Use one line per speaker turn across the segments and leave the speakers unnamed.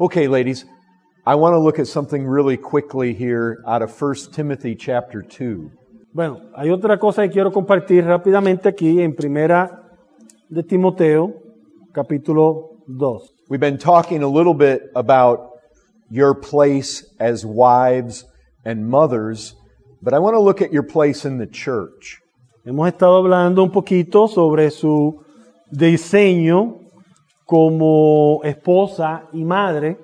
Okay, ladies, I want to look at something really quickly here out of 1 Timothy chapter 2.
Bueno, hay otra cosa que quiero compartir rápidamente aquí en Primera de Timoteo, capítulo 2.
We've been talking a little bit about your place as wives and mothers, but I want to look at your place in the church.
Hemos estado hablando un poquito sobre su diseño como esposa y madre,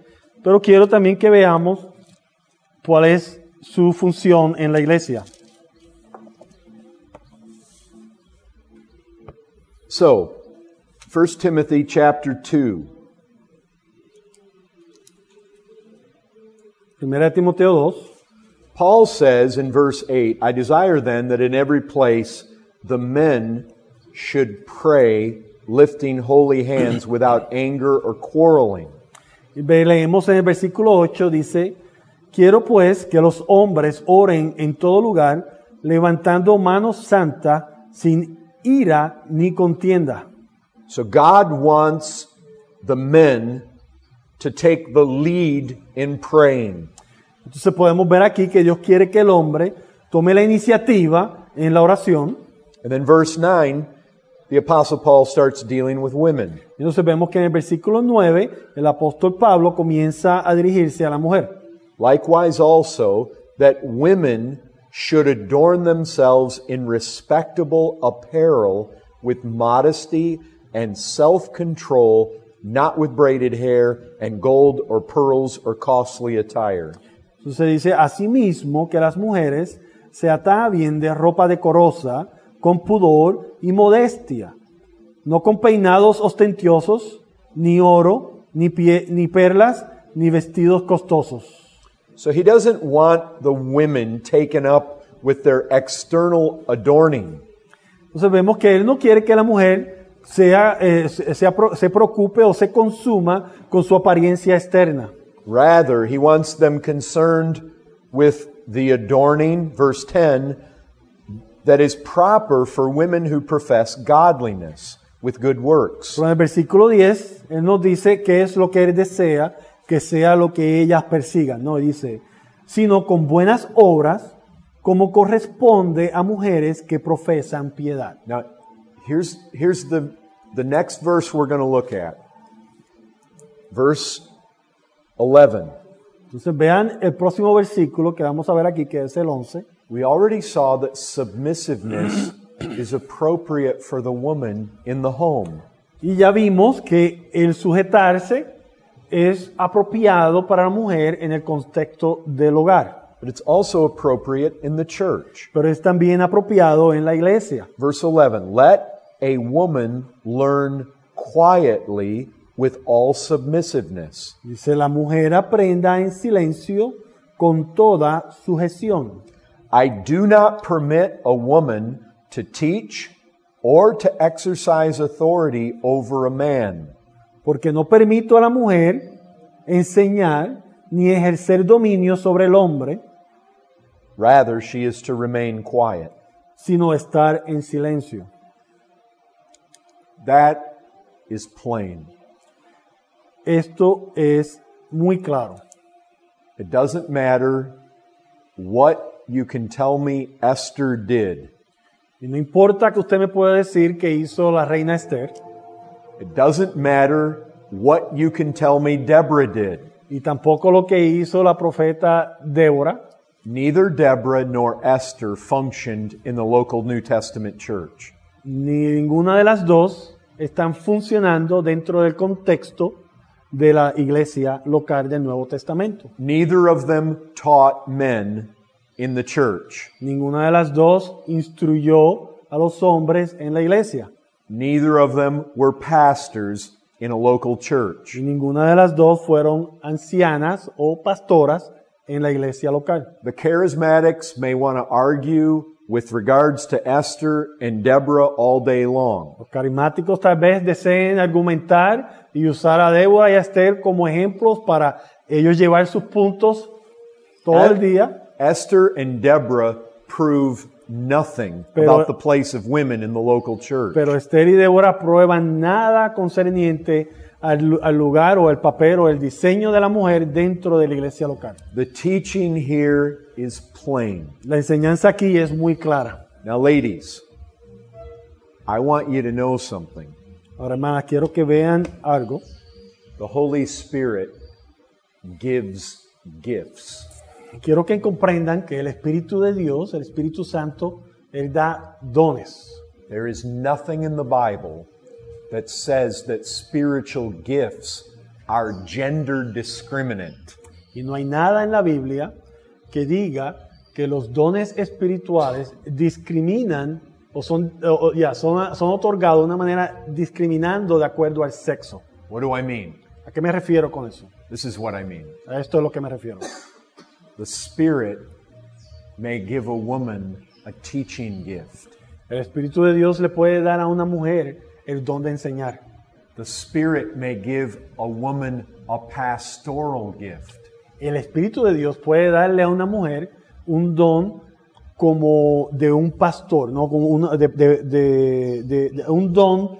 pero quiero también que veamos cuál es su función en la iglesia.
So, 1 Timothy chapter 2.
Primera de Timoteo 2,
Paul says in verse 8, I desire then that in every place the men should pray, lifting holy hands without anger or quarreling.
y ve- leemos en el versículo 8, dice, quiero pues que los hombres oren en todo lugar, levantando manos santas, sin ira ni contienda.
So God wants the men to take the lead in praying.
Entonces podemos ver aquí que Dios quiere que el hombre tome la iniciativa en la oración.
And then verse 9, the apostle Paul starts dealing with women.
Entonces vemos que en el versículo 9 el apóstol Pablo comienza a dirigirse a la mujer.
Likewise also that women should adorn themselves in respectable apparel with modesty and self-control, not with braided hair and gold or pearls or costly attire.
Entonces dice, asimismo, que las mujeres se bien de ropa decorosa, con pudor y modestia, no con peinados ostentosos, ni oro, ni, pie- ni perlas, ni vestidos costosos.
So he doesn't want the women taken up with their external adorning.
Entonces vemos que él no quiere que la mujer sea, eh, se- sea pro- se preocupe o se consuma con su apariencia externa.
Rather, he wants them concerned with the adorning, verse 10, that is proper for women who profess godliness with good works.
Pero en el versículo 10, Él nos dice qué es lo que Él desea, que sea lo que ellas persigan. No, dice, sino con buenas obras, como corresponde a mujeres que profesan piedad.
Now, here's, here's the, the next verse we're going to look at. Verse 11.
Entonces vean el próximo versículo que vamos a ver aquí, que es el 11.
We already saw that submissiveness is appropriate for the woman in the home.
Y ya vimos que el sujetarse es apropiado para la mujer en el contexto del hogar,
But it's also appropriate in the church.
pero es también apropiado en la iglesia.
Verse 11 Let a woman learn quietly with all submissiveness.
Dice, la mujer aprenda en silencio con toda sujeción.
I do not permit a woman to teach or to exercise authority over a man,
porque no permito a la mujer enseñar ni ejercer dominio sobre el hombre,
rather, she is to remain quiet.
sino estar en silencio.
That is plain.
Esto es muy claro.
It doesn't matter what you can tell me Esther did.
Y no importa que usted me pueda decir que hizo la reina Esther,
It doesn't matter what you can tell me Deborah did.
y tampoco lo que hizo la profeta Débora,
Neither Deborah nor Esther functioned in the local New Testament church.
ni ninguna de las dos están funcionando dentro del contexto de la iglesia local del Nuevo Testamento.
Neither of them taught men in the church.
Ninguna de las dos instruyó a los hombres en la iglesia.
Neither of them were pastors in a local church.
Y ninguna de las dos fueron ancianas o pastoras en la iglesia local.
The charismatics may want to argue with regards to Esther and Deborah all day long.
Los carismáticos tal vez deseen argumentar y usar a Débora y a Esther como ejemplos para ellos llevar sus puntos todo el día,
Esther and Deborah prove nothing
Pero-
about the place of women in the local church.
pero Esther y Débora prueban nada concerniente al, lu- al lugar o el papel o el diseño de la mujer dentro de la iglesia local.
The teaching here is plain.
La enseñanza aquí es muy clara.
Now, ladies, I want you to know something.
Ahora, hermanas, quiero que vean algo.
The Holy Spirit gives gifts.
Quiero que comprendan que el Espíritu de Dios, el Espíritu Santo, Él da dones.
There is nothing in the Bible that says that spiritual gifts are gender discriminant.
Y no hay nada en la Biblia que diga que los dones espirituales discriminan o son, o- o- ya, son, son otorgados de una manera discriminando de acuerdo al sexo.
What do I mean?
¿A qué me refiero con eso?
This is what I mean.
A esto es lo que me refiero.
The Spirit may give a woman a teaching gift.
El Espíritu de Dios le puede dar a una mujer el don de enseñar.
The Spirit may give a woman a pastoral gift.
El Espíritu de Dios puede darle a una mujer un don como de un pastor, ¿no? Como una- de, de- de- de- de- un don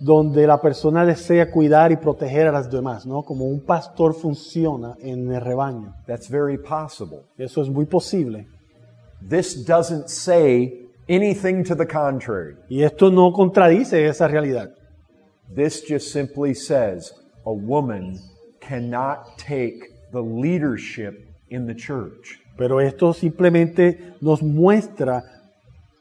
donde la persona desea cuidar y proteger a las demás, ¿no? Como un pastor funciona en el rebaño.
That's very possible.
Eso es muy posible.
This doesn't say anything to the contrary.
Y esto no contradice esa realidad.
This just simply says a woman cannot take the leadership in the church.
Pero esto simplemente nos muestra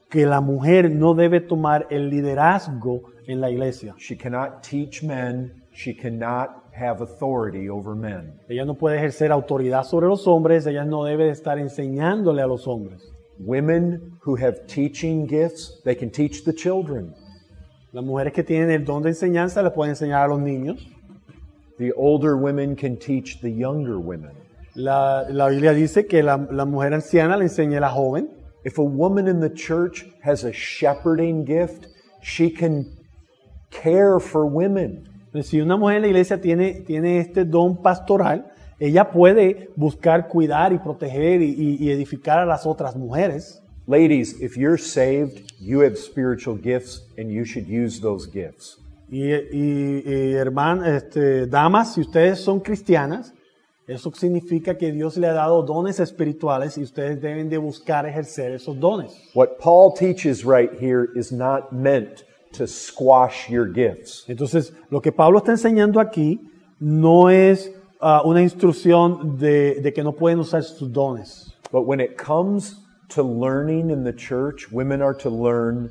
que la mujer no debe tomar el liderazgo en la iglesia.
She cannot teach men, she cannot have authority over men.
Ella no puede ejercer autoridad sobre los hombres, ella no debe estar enseñándole a los hombres.
Women who have teaching gifts, they can teach the children.
Las mujeres que tienen el don de enseñanza les pueden enseñar a los niños.
The older women can teach the younger women.
La, la Biblia dice que la, la mujer anciana le enseña a la joven.
If a woman in the church has a shepherding gift, she can care for women.
Entonces, si una mujer en la iglesia tiene, tiene este don pastoral, ella puede buscar cuidar y proteger y, y- y edificar a las otras mujeres.
Ladies, if you're saved, you have spiritual gifts and you should use those gifts.
Y, y- y, herman- este, damas, si ustedes son cristianas, eso significa que Dios le ha dado dones espirituales y ustedes deben de buscar ejercer esos dones.
What Paul teaches right here is not meant to squash your gifts.
Entonces, lo que Pablo está enseñando aquí no es ah, una instrucción de, de que no pueden usar sus dones.
But when it comes to learning in the church, women are to learn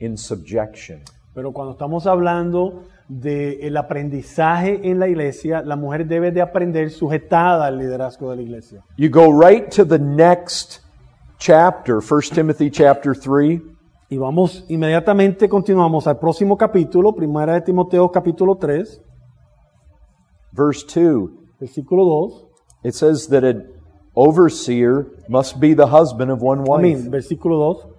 in subjection.
Pero cuando estamos hablando del aprendizaje en la iglesia, la mujer debe de aprender sujetada al liderazgo de la iglesia.
You go right to the next chapter, 1 Timothy chapter 3.
Y vamos, inmediatamente continuamos al próximo capítulo, primera de Timoteo capítulo 3,
Verse 2,
versículo 2,
it says that an overseer must be the husband of one wife.
amén, versículo 2.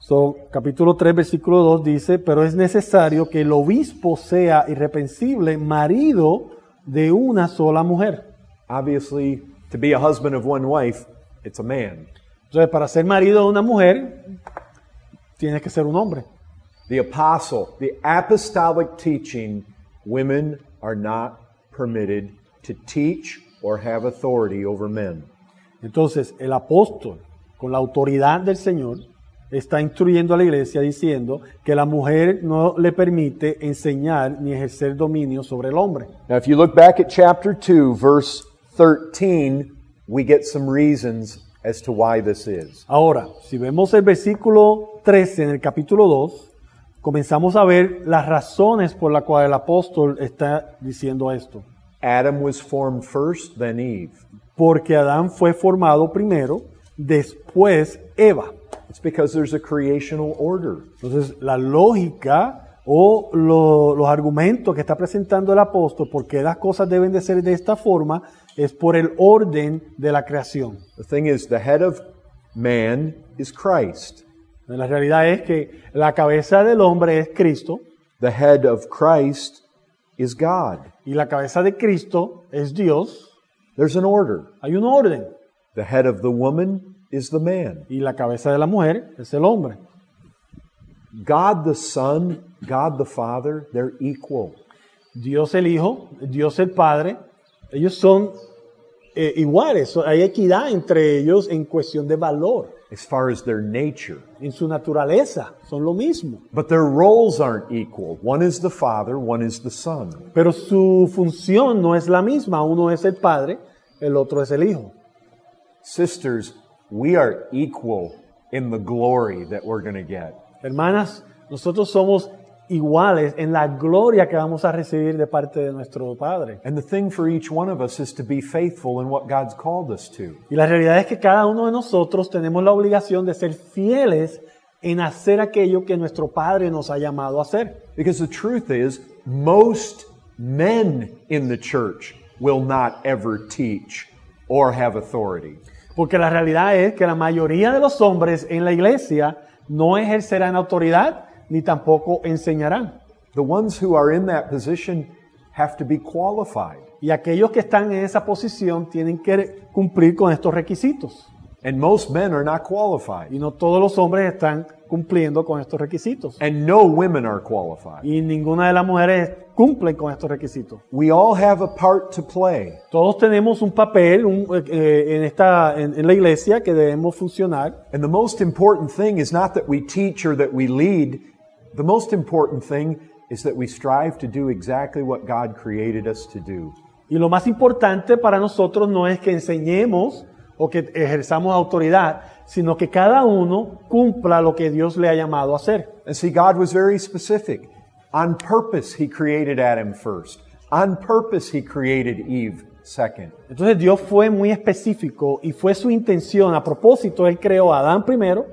So, capítulo 3, versículo 2 dice, pero es necesario que el obispo sea irreprensible marido de una sola mujer.
Obviously, to be a husband of one wife, it's a man.
Entonces, para ser marido de una mujer, tienes que ser un hombre.
The apostle, the apostolic teaching, women are not permitted to teach or have authority over men.
Entonces, el apóstol, con la autoridad del Señor, está instruyendo a la iglesia diciendo que la mujer no le permite enseñar ni ejercer dominio sobre el hombre.
Now, if you look back at chapter 2, verse 13, we get some reasons as to why this is.
Ahora, si vemos el versículo 13 en el capítulo 2, comenzamos a ver las razones por las cuales el apóstol está diciendo esto.
Adam was formed first, then Eve.
Porque Adán fue formado primero, después Eva.
It's because there's a creational order.
Entonces, la lógica o lo- los argumentos que está presentando el apóstol, porque las cosas deben de ser de esta forma, es por el orden de la creación.
The thing is, the head of man is Christ.
La realidad es que la cabeza del hombre es Cristo
The head of Christ is God.
y la cabeza de Cristo es Dios.
There's an order.
Hay un orden
The head of the woman is the man.
y la cabeza de la mujer es el hombre.
God the Son, God the Father, they're equal.
Dios el Hijo, Dios el Padre, ellos son eh, iguales, so- hay equidad entre ellos en cuestión de valor,
as far as their nature.
en su naturaleza, son lo mismo.
But their roles aren't equal. One is the Father, one is the Son.
Pero su función no es la misma, uno es el Padre, el otro es el Hijo.
Sisters, we are equal in the glory that we're going to get.
Hermanas, nosotros somos iguales en la gloria que vamos a recibir de parte de nuestro Padre.
And the thing for each one of us is to be faithful in what God's called us to.
Y la realidad es que cada uno de nosotros tenemos la obligación de ser fieles en hacer aquello que nuestro Padre nos ha llamado a hacer.
Because the truth is, most men in the church will not ever teach or have authority.
Porque la realidad es que la mayoría de los hombres en la iglesia no ejercerán autoridad ni tampoco enseñarán.
The ones who are in that position have to be qualified.
Y aquellos que están en esa posición tienen que cumplir con estos requisitos.
And most men are not qualified.
Y no todos los hombres están cumpliendo con estos requisitos.
And no women are qualified.
Y ninguna de las mujeres cumple con estos requisitos.
We all have a part to play.
Todos tenemos un papel un, eh, eh, en, esta, en, en la iglesia que debemos funcionar.
And the most important thing is not that we teach or that we lead. The most important thing is that we strive to do exactly what God created us to do.
Y lo más importante para nosotros no es que enseñemos o que ejerzamos autoridad, sino que cada uno cumpla lo que Dios le ha llamado a hacer.
And see, God was very specific. On purpose, He created Adam first. On purpose, He created Eve second.
Entonces Dios fue muy específico y fue su intención. A propósito, Él creó a Adán primero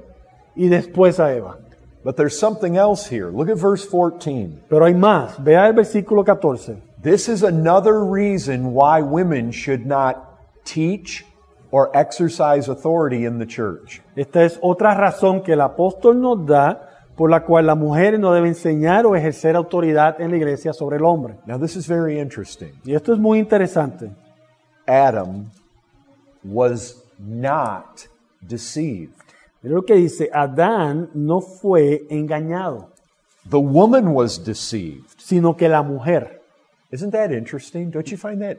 y después a Eva.
But there's something else here. Look at verse 14.
Pero hay más. Vea el versículo 14.
This is another reason why women should not teach or exercise authority in the church.
Esta es otra razón que el apóstol nos da por la cual las mujeres no deben enseñar o ejercer autoridad en la iglesia sobre el hombre.
Now, this is very interesting.
Y esto es muy interesante.
Adam was not deceived.
Mira lo que dice, Adán no fue engañado,
The woman was deceived.
sino que la mujer.
Isn't that interesting? Don't you find that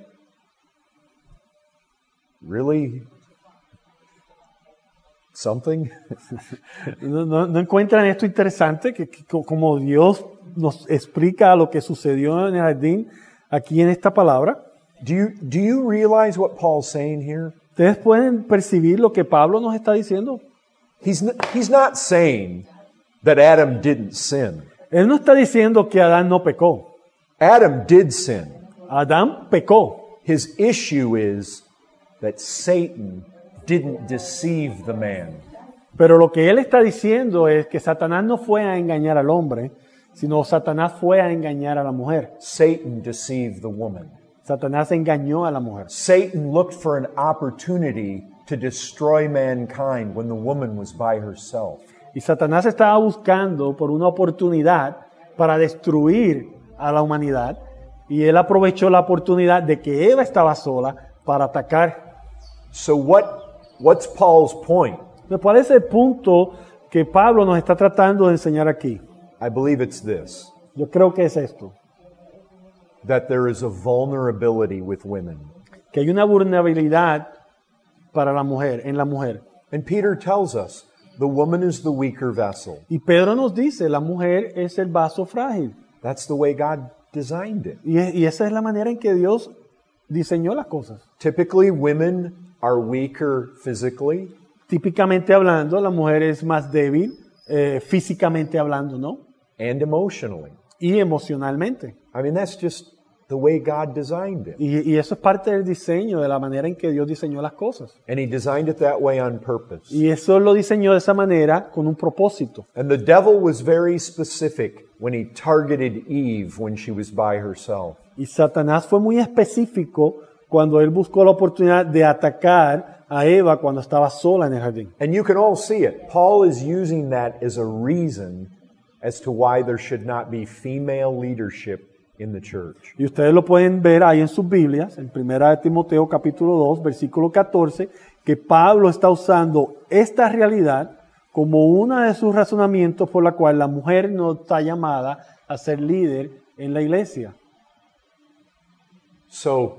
really something?
¿No, no- no encuentran esto interesante? Que, que co- como Dios nos explica lo que sucedió en el jardín aquí en esta palabra.
do you do you realize what Paul's saying here?
¿Ustedes pueden percibir lo que Pablo nos está diciendo?
He's not, he's not saying that Adam didn't sin.
Él no está diciendo que Adán no pecó.
Adam did sin.
Adán pecó.
His issue is that Satan didn't deceive the man.
Pero lo que él está diciendo es que Satanás no fue a engañar al hombre, sino Satanás fue a engañar a la mujer.
Satan deceived the woman.
Satanás engañó a la mujer.
Satan looked for an opportunity to destroy mankind when the woman was by herself.
Y Satanás estaba buscando por una oportunidad para destruir a la humanidad. Y él aprovechó la oportunidad de que Eva estaba sola para atacar.
So what what's Paul's point?
Me parece el punto que Pablo nos está tratando de enseñar aquí.
I believe it's this
Yo creo que es esto,
that there is a vulnerability with women.
que hay una vulnerabilidad para la mujer, en la mujer.
And Peter tells us the woman is the weaker vessel.
Y Pedro nos dice, la mujer es el vaso frágil.
That's the way God designed it.
Y, e- y esa es la manera en que Dios diseñó las cosas.
Typically women are weaker physically,
Típicamente hablando, la mujer es más débil, eh, físicamente hablando, ¿no?
and emotionally.
Y emocionalmente.
I mean, that's just the way God designed it.
Y, y eso es parte del diseño, de la manera en que Dios diseñó las cosas.
And He designed it that way on purpose.
Y eso lo diseñó de esa manera con un propósito.
And the devil was very specific when he targeted Eve when she was by herself.
Y Satanás fue muy específico cuando él buscó la oportunidad de atacar a Eva cuando estaba sola en el jardín.
And you can all see it. Paul is using that as a reason as to why there should not be female leadership in the church.
Y ustedes lo pueden ver ahí en sus Biblias, en 1 de Timoteo capítulo 2, versículo 14, que Pablo está usando esta realidad como uno de sus razonamientos por la cual la mujer no está llamada a ser líder en la iglesia.
So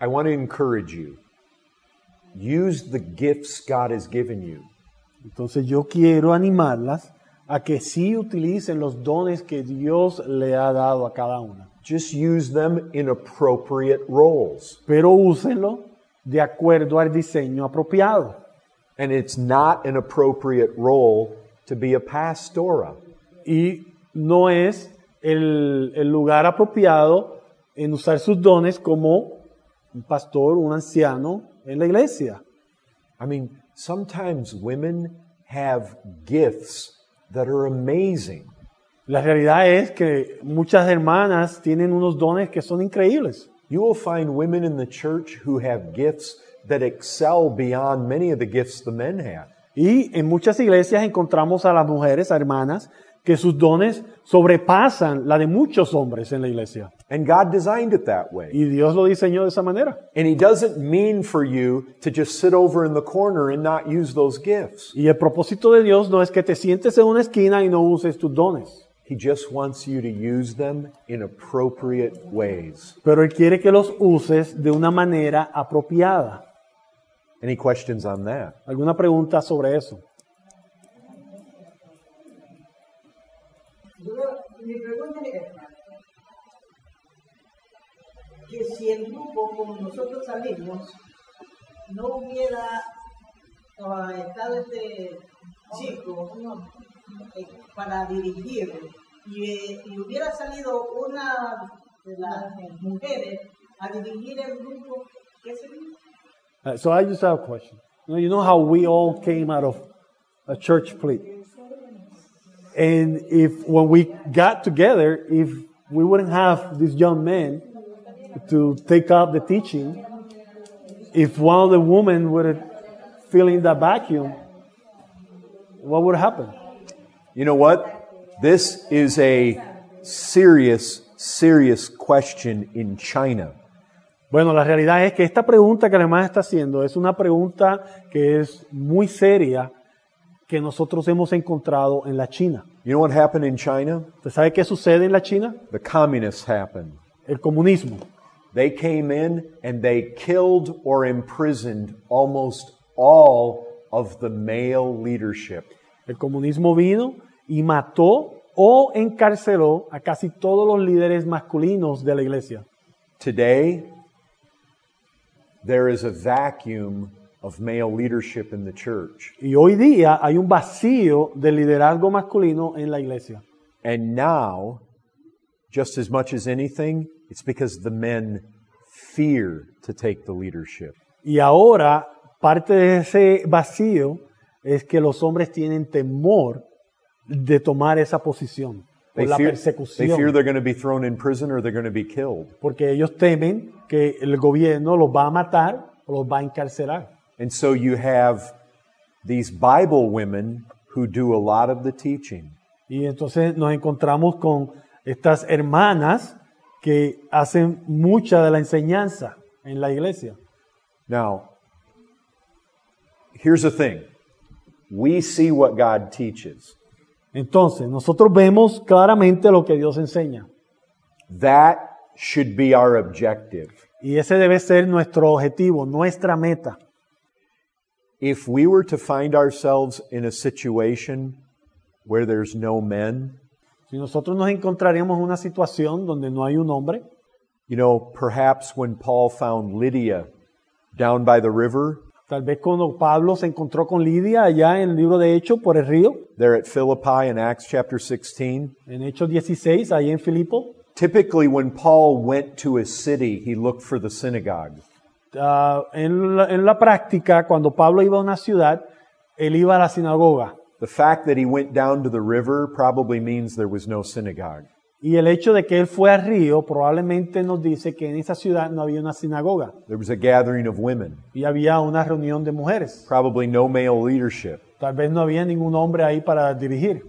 I want to encourage you use the gifts God has given you.
Entonces yo quiero animarlas a que sí utilicen los dones que Dios le ha dado a cada una,
Just use them in appropriate roles.
pero úsenlo de acuerdo al diseño apropiado.
And it's not an appropriate role to be a pastora.
y no es el, el lugar apropiado en usar sus dones como un pastor, un anciano en la iglesia.
I mean, sometimes women have gifts that are amazing.
La realidad es que muchas hermanas tienen unos dones que son increíbles.
You will find women in the church who have gifts that excel beyond many of the gifts the men have.
Y en muchas iglesias encontramos a las mujeres, a hermanas, que sus dones sobrepasan la de muchos hombres en la iglesia.
And God designed it that way.
Y Dios lo diseñó de esa manera.
And He doesn't mean for you to just sit over in the corner and not use those gifts.
Y el propósito de Dios no es que te sientes en una esquina y no uses tus dones.
He just wants you to use them in appropriate ways.
pero Él quiere que los uses de una manera apropiada.
Any questions on that?
¿Alguna pregunta sobre eso?
Yo creo- mi pregunta es esta. Que si el grupo como nosotros salimos no hubiera ah, estado este chico eh, para dirigir y, eh, y hubiera salido una de las eh, mujeres a dirigir el grupo, ¿qué sería?
Uh, so I just have a question. You know, you know how we all came out of a church plea. And if when we got together, if we wouldn't have this young man to take up the teaching, if one of the women would fill in that vacuum, what would happen?
You know what? This is a serious, serious question in China.
Bueno, la realidad es que esta pregunta que además está haciendo es una pregunta que es muy seria que nosotros hemos encontrado en la China.
You know what happened in China?
¿Usted sabe qué sucede en la China?
The communists happened.
El comunismo.
They came in and they killed or imprisoned almost all of the male leadership.
El comunismo vino y mató o encarceló a casi todos los líderes masculinos de la iglesia.
Today, there is a vacuum of male leadership in the church.
Y hoy día hay un vacío de liderazgo masculino en la iglesia.
And now, just as much as anything, it's because the men fear to take the leadership.
Y ahora parte de ese vacío es que los hombres tienen temor de tomar esa posición por
They
la
fear, they fear
persecución,
they're going to be thrown in prison or they're going to be killed.
porque ellos temen que el gobierno los va a matar o los va a encarcelar.
And so you have these Bible women who do a lot of the teaching.
Y entonces nos encontramos con estas hermanas que hacen mucha de la enseñanza en la iglesia.
Now, here's the thing we see what God teaches.
Entonces, nosotros vemos claramente lo que Dios enseña
That should be our objective.
y ese debe ser nuestro objetivo, nuestra meta.
If we were to find ourselves in a situation where there's no men,
Si nosotros nos encontraríamos en una situación donde no hay un hombre,
you know, perhaps when Paul found Lydia down by the river,
tal vez cuando Pablo se encontró con Lidia allá en el libro de Hechos por el río,
there at Philippi in Acts chapter 16,
en Hechos 16, ahí en Filipo,
typically when Paul went to a city, he looked for the synagogue.
ah, en, la, en la práctica, cuando Pablo iba a una ciudad, él iba a la sinagoga.
The fact that he went down to the river probably means there was no synagogue.
Y el hecho de que él fue al río probablemente nos dice que en esa ciudad no había una sinagoga
There was a gathering of women,
y había una reunión de mujeres.
probably no male leadership.
Tal vez no había ningún hombre ahí para dirigir.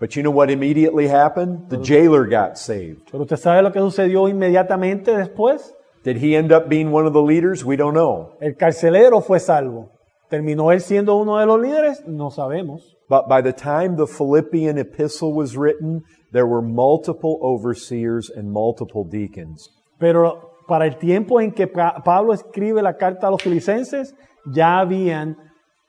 But you know what immediately happened? The jailer got saved.
Pero usted sabe lo que sucedió inmediatamente después.
Did he end up being one of the leaders? We don't know.
El carcelero fue salvo. ¿Terminó él siendo uno de los líderes? No sabemos.
But by the time the Philippian epistle was written, there were multiple overseers and multiple deacons.
Pero para el tiempo en que Pa- Pablo escribe la carta a los filisenses, ya habían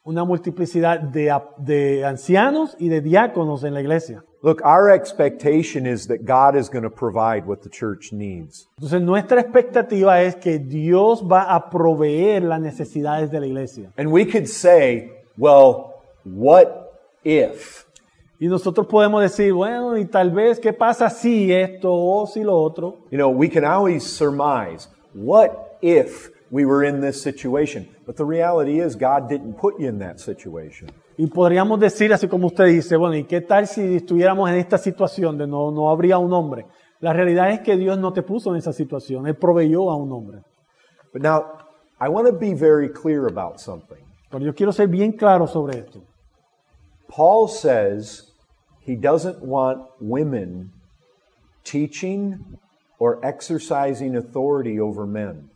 una multiplicidad de, ap- de ancianos y de diáconos en la iglesia.
Look, our expectation is that God is going to provide what the church needs.
Entonces nuestra expectativa es que Dios va a proveer las necesidades de la iglesia.
And we could say, well, what if?
Y nosotros podemos decir, bueno, y tal vez, ¿qué pasa si esto o si lo otro?
You know, we can always surmise, what if we were in this situation? But the reality is, God didn't put you in that situation.
Y podríamos decir, así como usted dice, bueno, ¿y qué tal si estuviéramos en esta situación de no, no habría un hombre? La realidad es que Dios no te puso en esa situación, Él proveyó a un hombre.
But now, I want to be very clear about something.
Pero yo quiero ser bien claro sobre esto.
Paul says he doesn't want women teaching or exercising authority over men.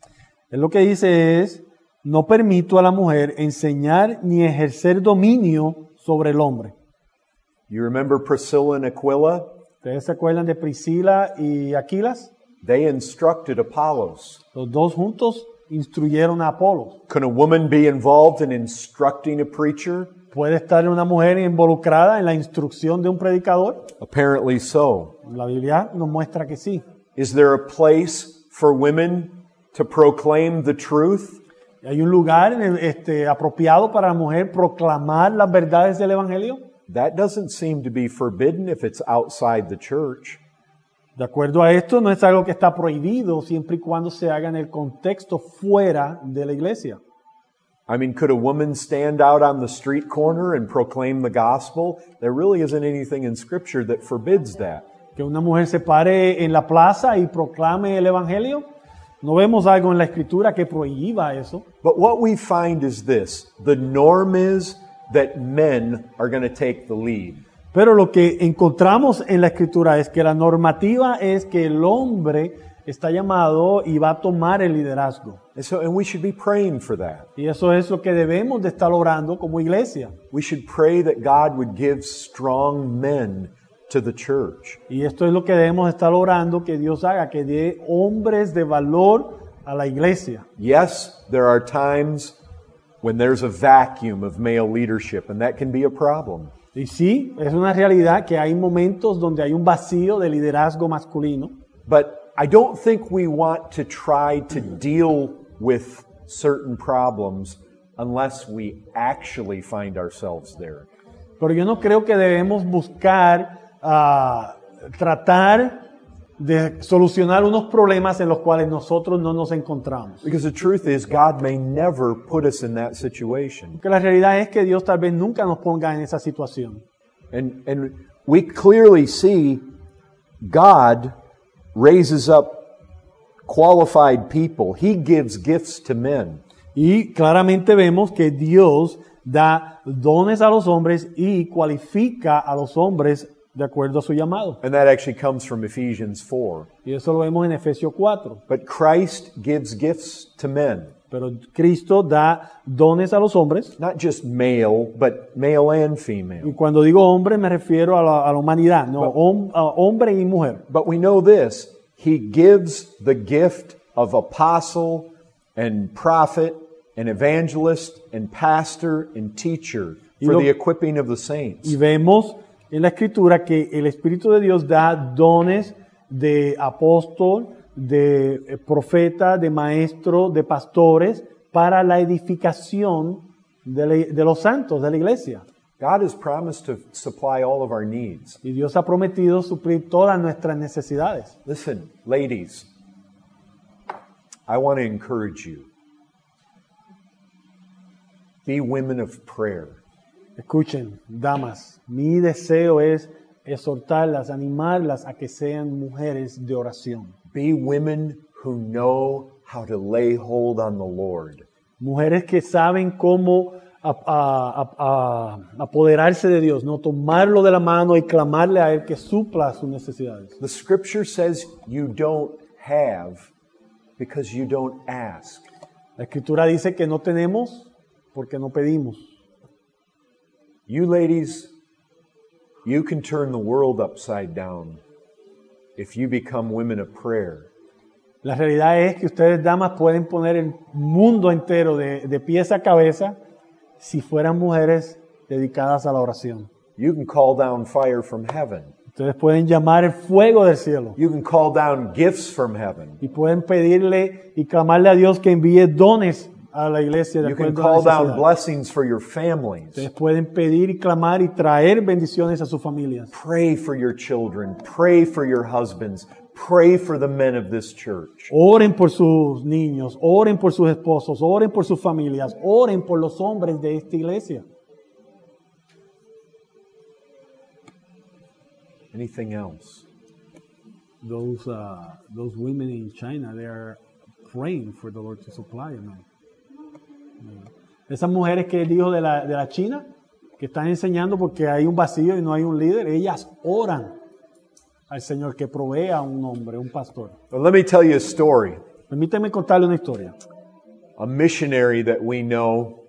Él lo que dice es, no permito a la mujer enseñar ni ejercer dominio sobre el hombre.
You remember Priscilla and Aquila?
¿Ustedes se acuerdan de Priscila y Aquilas?
They instructed Apollos.
Los dos juntos instruyeron a Apolo.
Can a woman be involved in instructing a preacher?
¿Puede estar una mujer involucrada en la instrucción de un predicador?
Apparently so.
La Biblia nos muestra que sí.
Is there a place for women to proclaim the truth?
¿Hay un lugar en el- este, apropiado para la mujer proclamar las verdades del Evangelio?
That doesn't seem to be forbidden if it's outside the church.
De acuerdo a esto, no es algo que está prohibido siempre y cuando se haga en el contexto fuera de la iglesia.
I mean, could a woman stand out on the street corner and proclaim the gospel? There really isn't anything in Scripture that forbids that.
Que una mujer se pare en la plaza y proclame el Evangelio. No vemos algo en la escritura que prohíba eso.
But what we find is this the norm is that men are going to take the lead.
Pero lo que encontramos en la escritura es que la normativa es que el hombre está llamado y va a tomar el liderazgo.
And so, and we should be praying for that.
Y eso es lo que debemos de estar orando como iglesia.
We should pray that God would give strong men to the church.
Y esto es lo que debemos estar orando que Dios haga, que dé hombres de valor a la iglesia.
Yes, there are times when there's a vacuum of male leadership, and that can be a problem.
Y sí, es una realidad que hay momentos donde hay un vacío de liderazgo masculino,
But I don't think we want to try to deal with certain problems unless we actually find ourselves there.
pero yo no creo que debemos buscar ah, tratar de solucionar unos problemas en los cuales nosotros no nos encontramos.
Because the truth is, God may never put us in that situation.
Porque la realidad es que Dios tal vez nunca nos ponga en esa situación.
And, and we clearly see God raises up qualified people, He gives gifts to men.
Y claramente vemos que Dios da dones a los hombres y cualifica a los hombres de acuerdo a su llamado.
And that actually comes from Ephesians 4.
Y eso lo vemos en Efesios 4.
But Christ gives gifts to men.
Pero Cristo da dones a los hombres.
not just male, but male and
Y
female.
cuando digo hombre me refiero a la, a la humanidad, no hom- a hombre y mujer.
But we know this He gives the gift of apostle and prophet and evangelist and pastor and teacher for
lo-
the equipping of the
Y
saints.
vemos en la escritura que el Espíritu de Dios da dones de apóstol, de eh, profeta, de maestro, de pastores para la edificación de, la- de los santos, de la iglesia.
God has promised to supply all of our needs.
Y Dios ha prometido suplir todas nuestras necesidades.
Listen, ladies, I want to encourage you. Be women of prayer.
Escuchen, damas, mi deseo es exhortarlas, animarlas a que sean mujeres de oración.
Be women who know how to lay hold on the Lord.
Mujeres que saben cómo ap- a- a- a- apoderarse de Dios, no tomarlo de la mano y clamarle a Él que supla sus necesidades.
The scripture says you don't have because you don't ask.
La Escritura dice que no tenemos porque no pedimos.
You ladies, you can turn the world upside down if you become women of prayer.
La realidad es que ustedes, damas, pueden poner el mundo entero de, de pies a cabeza si fueran mujeres dedicadas a la oración.
You can call down fire from heaven.
Ustedes pueden llamar el fuego del cielo
You can call down gifts from heaven.
y pueden pedirle y clamarle a Dios que envíe dones a la iglesia. De
You can
acuerdo
call
a la
down
necesidad.
blessings for your families.
Ustedes pueden pedir y clamar y traer bendiciones a sus familias.
Pray for your children. Pray for your husbands. Pray for the men of this church.
Oren por sus niños, oren por sus esposos, oren por sus familias, oren por los hombres de esta iglesia.
Anything else?
those uh, those women in China they are praying for the Lord to supply them. Yeah. Esas mujeres que él dijo de la, de la China que están enseñando porque hay un vacío y no hay un líder, ellas oran al Señor que provea a un hombre, un pastor.
Well, let me tell you a story.
Permíteme contarle una historia.
A missionary that we know,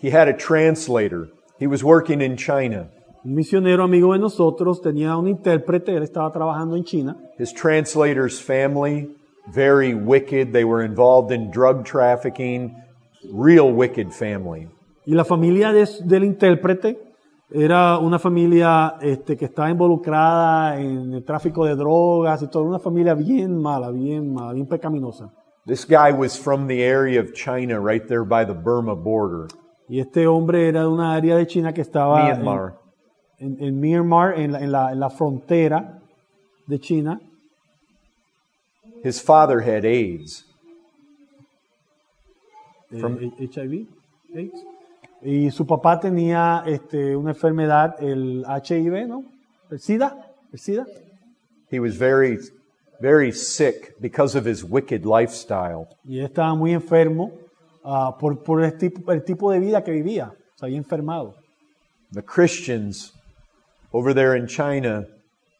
he had a translator. He was working in China.
Un misionero amigo de nosotros tenía un intérprete, él estaba trabajando en China.
His translator's family, very wicked. They were involved in drug trafficking, real wicked family.
Y la familia de- del intérprete era una familia este, que estaba involucrada en el tráfico de drogas y todo, una familia bien mala, bien mala, bien pecaminosa.
This guy was from the area of China right there by the Burma border,
Y este hombre era de una área de China que estaba en-
Myanmar.
En, en Myanmar, en la, en la- en la frontera de China.
His father had AIDS.
eh,
From-
HIV, AIDS. Y su papá tenía este, una enfermedad, el HIV, ¿no? El SIDA, el SIDA.
He was very, very sick because of his wicked lifestyle.
Y él estaba muy enfermo ah, por, por el, tipo, el tipo de vida que vivía. Se había enfermado.
The Christians over there in China,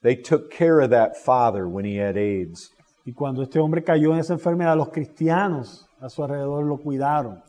they took care of that father when he had AIDS.
Y cuando este hombre cayó en esa enfermedad, los cristianos a su alrededor lo cuidaron.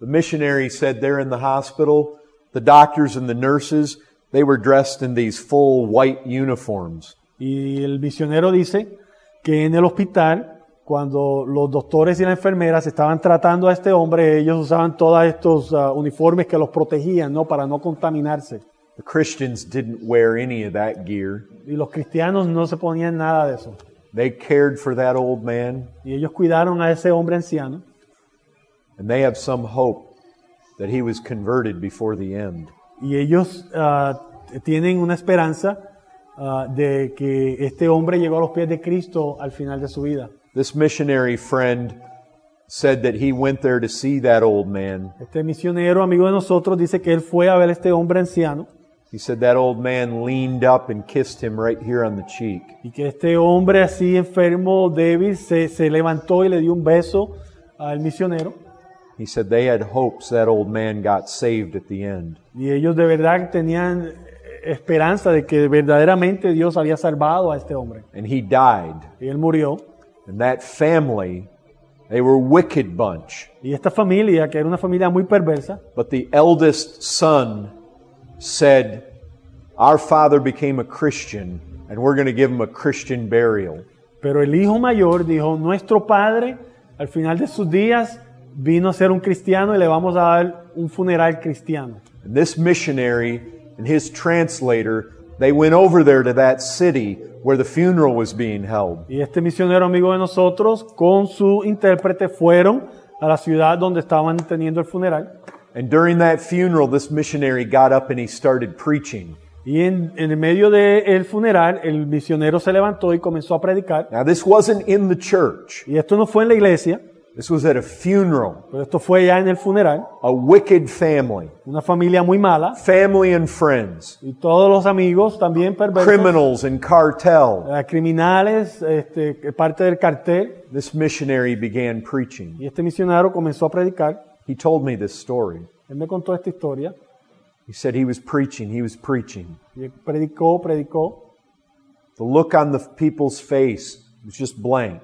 The missionary said there in the hospital, the doctors and the nurses, they were dressed in these full white uniforms.
Y el misionero dice que en el hospital, cuando los doctores y las enfermeras estaban tratando a este hombre, ellos usaban todos estos ah, uniformes que los protegían, ¿no? Para no contaminarse.
The Christians didn't wear any of that gear.
Y los cristianos no se ponían nada de eso.
They cared for that old man,
Y ellos cuidaron a ese hombre anciano.
and they have some hope that he was converted before the end.
Y ellos ah, tienen una esperanza ah, de que este hombre llegó a los pies de Cristo al final de su vida.
This missionary friend said that he went there to see that old man.
Este misionero, amigo de nosotros, dice que él fue a ver a este hombre anciano
He said that old man leaned up and kissed him right here on the cheek.
y que este hombre así enfermo, débil, se, se levantó y le dio un beso al misionero.
He said they had hopes that old man got saved at the end.
Y ellos de verdad tenían esperanza de que verdaderamente Dios había salvado a este hombre.
And he died.
Y él murió.
And that family, they were a wicked bunch.
Y esta familia, que era una familia muy perversa,
But the eldest son said, Our father became a Christian, and we're going to give him a Christian burial.
Pero el hijo mayor dijo, nuestro padre al final de sus días vino a ser un cristiano y le vamos a dar un funeral cristiano.
And this missionary and his translator, they went over there to that city where the funeral was being held.
Y este misionero amigo de nosotros con su intérprete fueron a la ciudad donde estaban teniendo el funeral.
And during that funeral, this missionary got up and he started preaching.
Y en, en el medio del funeral el misionero se levantó y comenzó a predicar.
Now, this wasn't in the church.
Y esto no fue en la iglesia,
This was at a funeral.
pero esto fue ya en el funeral.
A wicked family,
Una familia muy mala
family and friends,
y todos los amigos también perversos.
criminals and cartel.
eh, criminales, este, parte del cartel.
This missionary began preaching.
Y este misionero comenzó a predicar.
He told me this story.
Él me contó esta historia.
He said he was preaching, he was preaching.
Y él predicó, predicó.
The look on the people's face was just blank.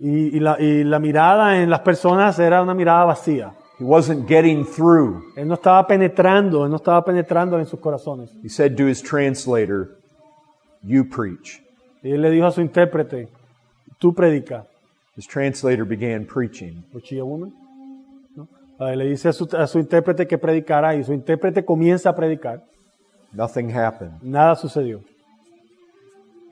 Y, y la, y la mirada en las personas era una mirada vacía.
He wasn't getting through.
Él no estaba penetrando, él no estaba penetrando en sus corazones.
He said to his translator, You preach.
Y él le dijo a su intérprete, tú predica.
His translator began preaching.
Was she a woman? No. Ah, Le dice a su, a su intérprete que predicara y su intérprete comienza a predicar.
Nothing happened.
Nada sucedió.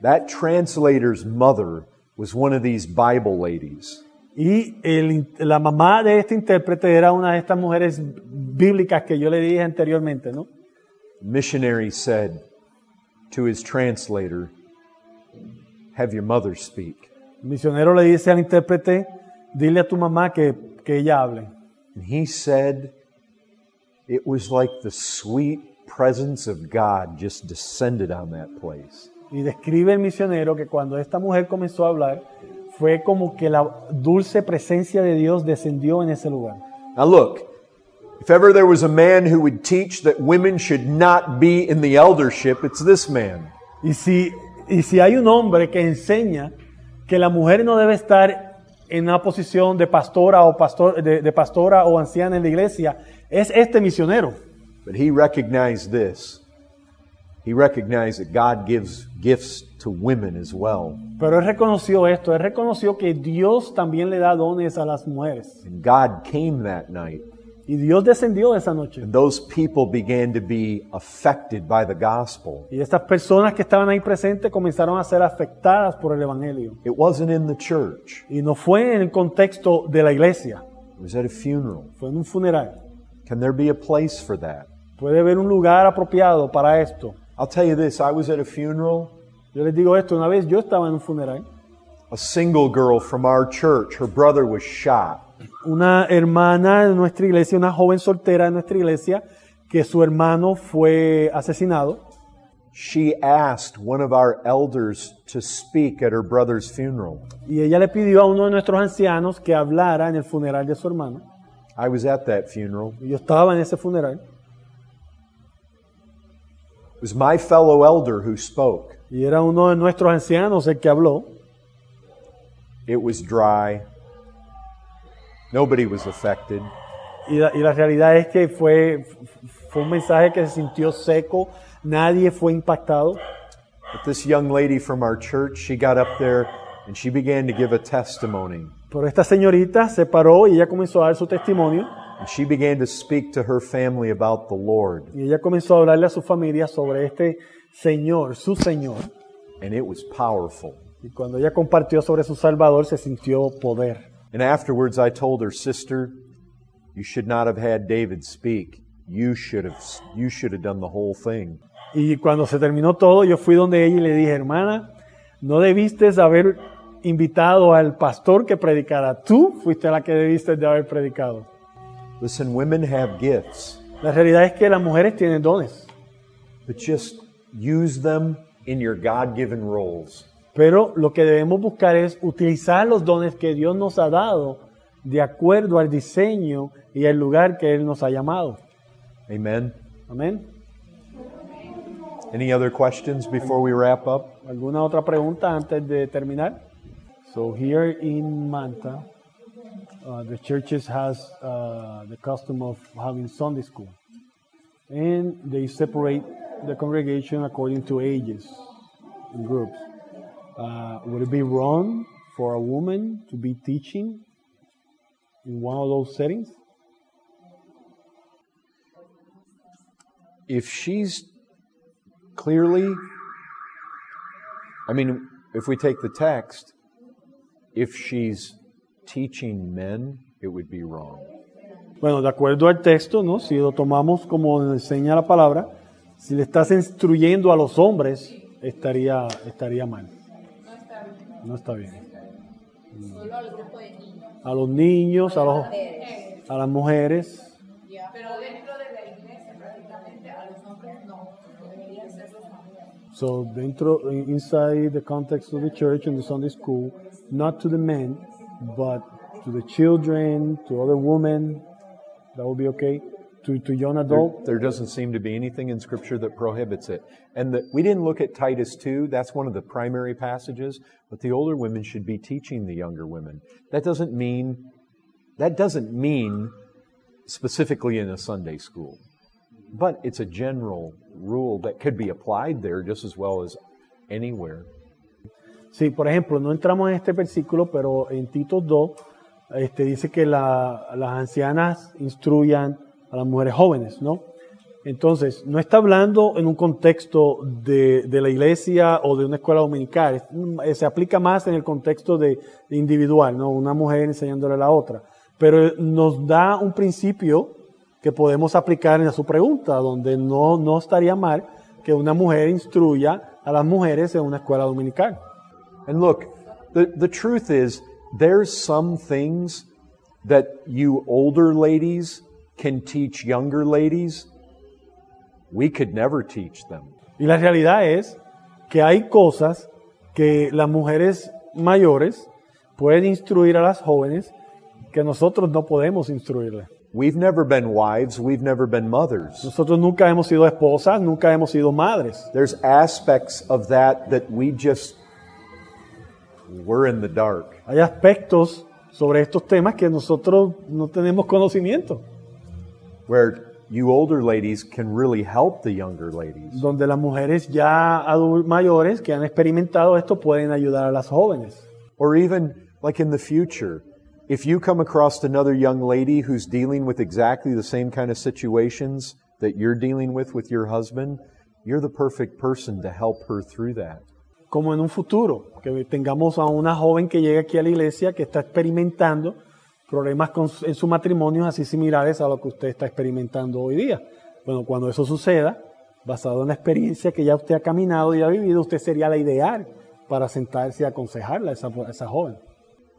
That translator's mother was one of these Bible ladies.
Y el- la mamá de este intérprete era una de estas mujeres bíblicas que yo le dije anteriormente, ¿no?
Missionary said to his translator, Have your mother speak.
El misionero le dice al intérprete, dile a tu mamá que, que ella hable.
And he said, It was like the sweet presence of God just descended on that place.
Y describe el misionero que cuando esta mujer comenzó a hablar, fue como que la dulce presencia de Dios descendió en ese lugar.
Now, look, if ever there was a man who would teach that women should not be in the eldership, it's this man.
Y si, y si hay un hombre que enseña que la mujer no debe estar en una posición de pastora o pastor, de, de pastora o anciana en la iglesia, es este misionero.
But he recognized this. He recognized that God gives gifts to women as well.
Pero él reconoció esto, él reconoció que Dios también le da dones a las mujeres.
And God came that night,
Y Dios descendió esa noche.
and those people began to be affected by the gospel.
Y estas personas que estaban ahí presentes comenzaron a ser afectadas por el Evangelio.
It wasn't in the church,
Y no fue en el contexto de la iglesia,
it was at a funeral.
fue en un funeral.
Can there be a place for that?
Puede haber un lugar apropiado para esto.
I'll tell you this I was at a funeral.
Yo les digo esto, una vez yo estaba en un funeral,
A single girl from our church, her brother was shot.
una hermana de nuestra iglesia, una joven soltera de nuestra iglesia, que su hermano fue asesinado.
She asked one of our elders to speak at her brother's funeral.
Y ella le pidió a uno de nuestros ancianos que hablara en el funeral de su hermano.
I was at that funeral.
Y yo estaba en ese funeral.
It was my fellow elder who spoke.
Y era uno de nuestros ancianos el que habló.
It was dry. Nobody was affected.
Y la, y la realidad es que fue, fue un mensaje que se sintió seco. Nadie fue impactado.
But this young lady from our church, she got up there and she began to give a testimony.
Pero esta señorita se paró y ella comenzó a dar su testimonio.
And she began to speak to her family about the Lord.
Y ella comenzó a hablarle a su familia sobre este Señor, su Señor.
And it was powerful.
Y cuando ella compartió sobre su Salvador, se sintió poder.
And afterwards, I told her, Sister, you should not have had David speak. You should have, you should have done the whole thing.
Y cuando se terminó todo, yo fui donde ella y le dije, hermana, no debiste haber invitado al pastor que predicara. Tú fuiste la que debiste de haber predicado.
Listen, women have gifts,
La realidad es que las mujeres tienen dones,
but just use them in your God given roles.
pero lo que debemos buscar es utilizar los dones que Dios nos ha dado de acuerdo al diseño y al lugar que Él nos ha llamado.
Amen.
Amén.
Any other questions before we wrap up?
¿Alguna otra pregunta antes de terminar? So here in Manta, uh, the churches has uh, the custom of having Sunday school, and they separate the congregation according to ages in groups. Uh, would it be wrong for a woman to be teaching in one of those settings?
if she's clearly, I mean, if we take the text, if she's teaching men, it would be wrong.
Bueno, de acuerdo al texto, ¿no? Si lo tomamos como enseña la palabra, si le estás instruyendo a los hombres, estaría, estaría mal. No está bien.
Solo al grupo de niños.
A los niños, a, los,
mujeres.
a las mujeres.
Eh, Pero dentro de la iglesia, prácticamente a los hombres no. Deberían ser los hombres.
So, dentro, inside the context of the church and the Sunday school, not to the men, but to the children, to other women, that would be okay. To, to young
There,
adult.
there doesn't seem to be anything in Scripture that prohibits it. And the, we didn't look at Titus 2, that's one of the primary passages, but the older women should be teaching the younger women. That doesn't mean, that doesn't mean specifically in a Sunday school, but it's a general rule that could be applied there just as well as anywhere.
Sí, por ejemplo, no entramos en este versículo, pero en Tito 2 este, dice que la- las ancianas instruyan a las mujeres jóvenes, ¿no? Entonces, no está hablando en un contexto de, de la iglesia o de una escuela dominical, es- mm, se aplica más en el contexto de, de individual, ¿no? Una mujer enseñándole a la otra. Pero eh, nos da un principio que podemos aplicar en su pregunta, donde no, no estaría mal que una mujer instruya a las mujeres en una escuela dominical.
And look, the, the truth is, there's some things that you older ladies can teach younger ladies. We could never teach them.
Y la realidad es que hay cosas que las mujeres mayores pueden instruir a las jóvenes que nosotros no podemos instruirles.
We've never been wives, we've never been mothers.
Nosotros nunca hemos sido esposas, nunca hemos sido madres.
There's aspects of that that we just, we're in the dark.
Hay aspectos sobre estos temas que nosotros no tenemos conocimiento,
Where you older ladies can really help the younger ladies.
donde las mujeres ya adu- mayores que han experimentado esto pueden ayudar a las jóvenes.
Or even like in the future, if you come across another young lady who's dealing with exactly the same kind of situations that you're dealing with with your husband, you're the perfect person to help her through that.
como en un futuro, que tengamos a una joven que llega aquí a la iglesia que está experimentando problemas con su- en su matrimonio así similares a lo que usted está experimentando hoy día. Bueno, cuando eso suceda, basado en la experiencia que ya usted ha caminado y ha vivido, usted sería la ideal para sentarse y aconsejarla a esa, a esa joven.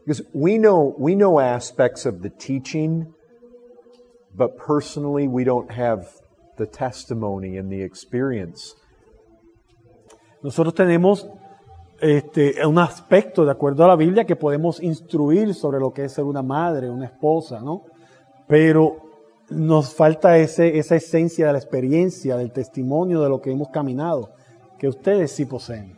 Because we know we know aspects of the teaching, but personally we don't have the testimony and the experience.
Nosotros tenemos este, un aspecto, de acuerdo a la Biblia, que podemos instruir sobre lo que es ser una madre, una esposa, ¿no? Pero nos falta ese, esa esencia de la experiencia, del testimonio de lo que hemos caminado, que ustedes sí poseen.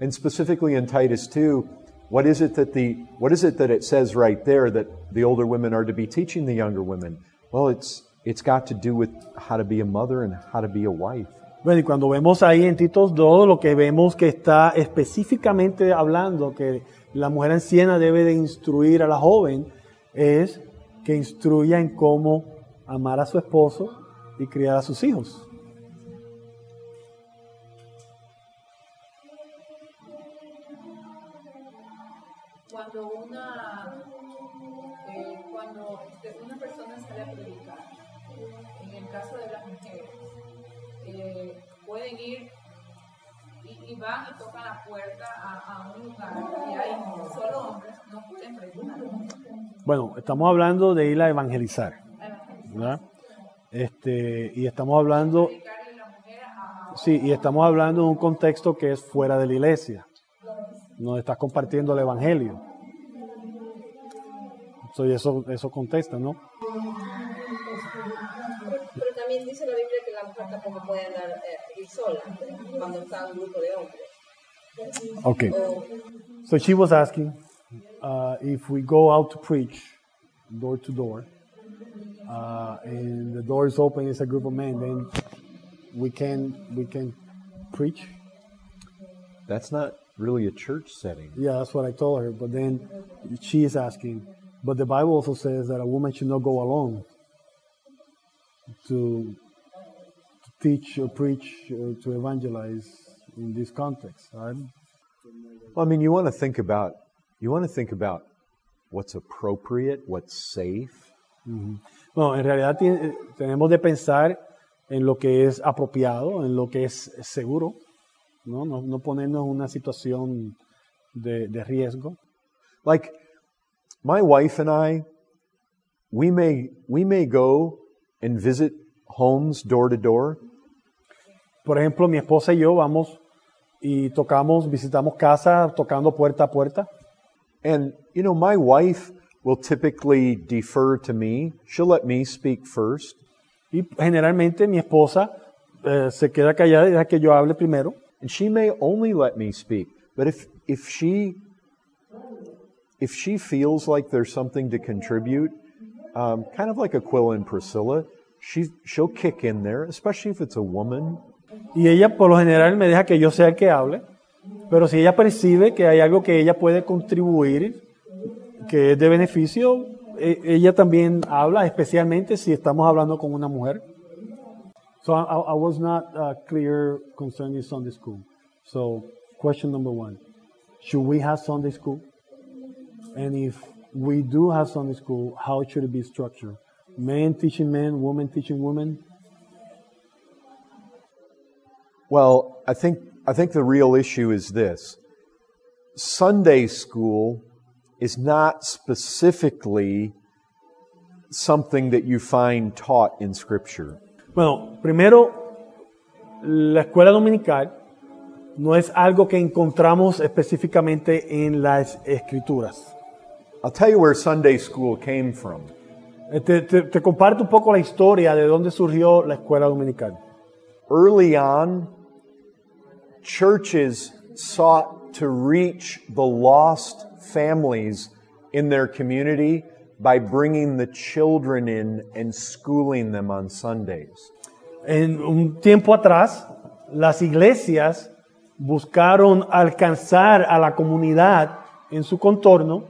And specifically in Titus 2, what is it that the what is it that it says right there that the older women are to be teaching the younger women? Well, it's it's got to do with how to be a mother and how to be a wife.
Bueno, y cuando vemos ahí en Titos 2, lo que vemos que está específicamente hablando que la mujer anciana debe de instruir a la joven es que instruya en cómo amar a su esposo y criar a sus hijos.
cuando una eh, cuando este, una persona sale a predicar, en el caso de las mujeres, eh, pueden ir y, y van y tocan la puerta a, a un lugar y hay solo hombres, no pueden predicar.
Bueno, estamos hablando de ir a evangelizar, ¿verdad? Este, y estamos hablando,
Predicarle a la mujer a,
sí, y estamos hablando de un contexto que es fuera de la iglesia, donde estás compartiendo el evangelio. So, y eso, eso contesta, ¿no?
Pero también dice la Biblia que la mujer tampoco puede andar eh, ir sola cuando está un grupo de hombres.
Okay.
O
So she was asking uh, if we go out to preach door to door, uh, and the door is open, it's a group of men, then we can we can preach.
That's not really a church setting.
Yeah, that's what I told her. But then she is asking, but the Bible also says that a woman should not go alone to, to teach or preach or to evangelize in this context. Right?
Well, I mean, you want to think about you want to think about what's appropriate, what's safe.
Bueno, en realidad ti- eh, tenemos de pensar en lo que es apropiado, en lo que es seguro, no, no, no ponernos en una situación de, de riesgo.
Like my wife and I, we may we may go and visit homes door to door.
Por ejemplo, mi esposa y yo vamos y tocamos, visitamos casas tocando puerta a puerta.
And, you know, my wife will typically defer to me. She'll let me speak first.
Y generalmente mi esposa eh, se queda callada y deja que yo hable primero.
And she may only let me speak. But if, if she, if she feels like there's something to contribute, um, kind of like Aquila and Priscilla, she, she'll kick in there, especially if it's a woman.
Y ella por lo general me deja que yo sea el que hable. Pero si ella percibe que hay algo que ella puede contribuir, que es de beneficio, e- ella también habla, especialmente si estamos hablando con una mujer. So I, I was not uh, clear concerning Sunday school. So question number one, should we have Sunday school? And if we do have Sunday school, how should it be structured? Men teaching men, women teaching women?
Well, I think, I think the real issue is this Sunday school is not specifically something that you find taught in Scripture.
Bueno, primero, la escuela dominical no es algo que encontramos específicamente en las escrituras.
I'll tell you where Sunday school came from.
Eh, Te, te- te comparto un poco la historia de dónde surgió la escuela dominical.
Early on, churches sought to reach the lost families in their community by bringing the children in and schooling them on Sundays.
En un tiempo atrás, las iglesias buscaron alcanzar a la comunidad en su contorno,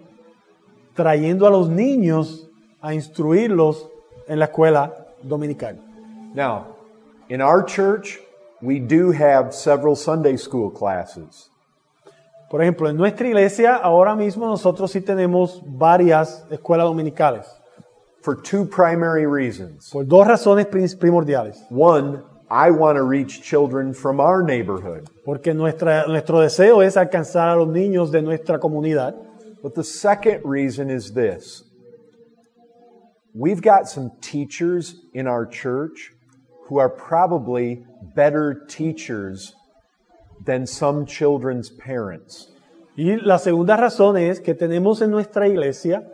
trayendo a los niños a instruirlos en la escuela dominical.
Now, in our church, we do have several Sunday school classes.
Por ejemplo, en nuestra iglesia ahora mismo nosotros sí tenemos varias escuelas dominicales,
for two primary reasons.
por dos razones prim- primordiales.
One, I want to reach children from our neighborhood.
Porque nuestra- nuestro deseo es alcanzar a los niños de nuestra comunidad.
But the second reason is this we've got some teachers in our church who are probably better teachers than some children's parents.
Y la segunda razón es que tenemos en nuestra iglesia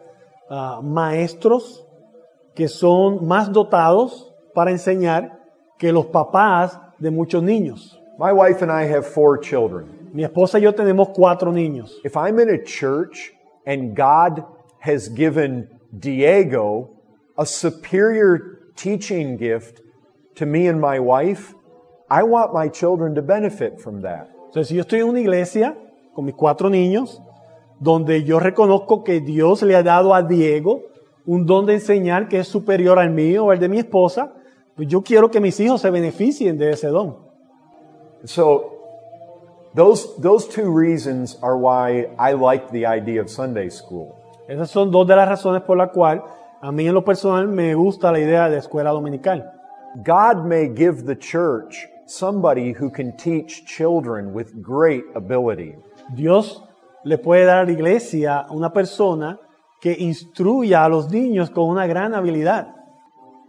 ah, maestros que son más dotados para enseñar que los papás de muchos niños.
My wife and I have four children.
Mi esposa y yo tenemos cuatro niños.
If I'm in a church and God has given Diego a superior teaching gift to me and my wife, I want my children to benefit from that.
Entonces, si yo estoy en una iglesia con mis cuatro niños, donde yo reconozco que Dios le ha dado a Diego un don de enseñar que es superior al mío o al de mi esposa, pues yo quiero que mis hijos se beneficien de ese don.
So those those two reasons are why I like the idea of Sunday school.
Esas son dos de las razones por las cuales a mí en lo personal me gusta la idea de escuela dominical.
God may give the church somebody who can teach children with great ability.
Dios le puede dar a la iglesia a una persona que instruya a los niños con una gran habilidad.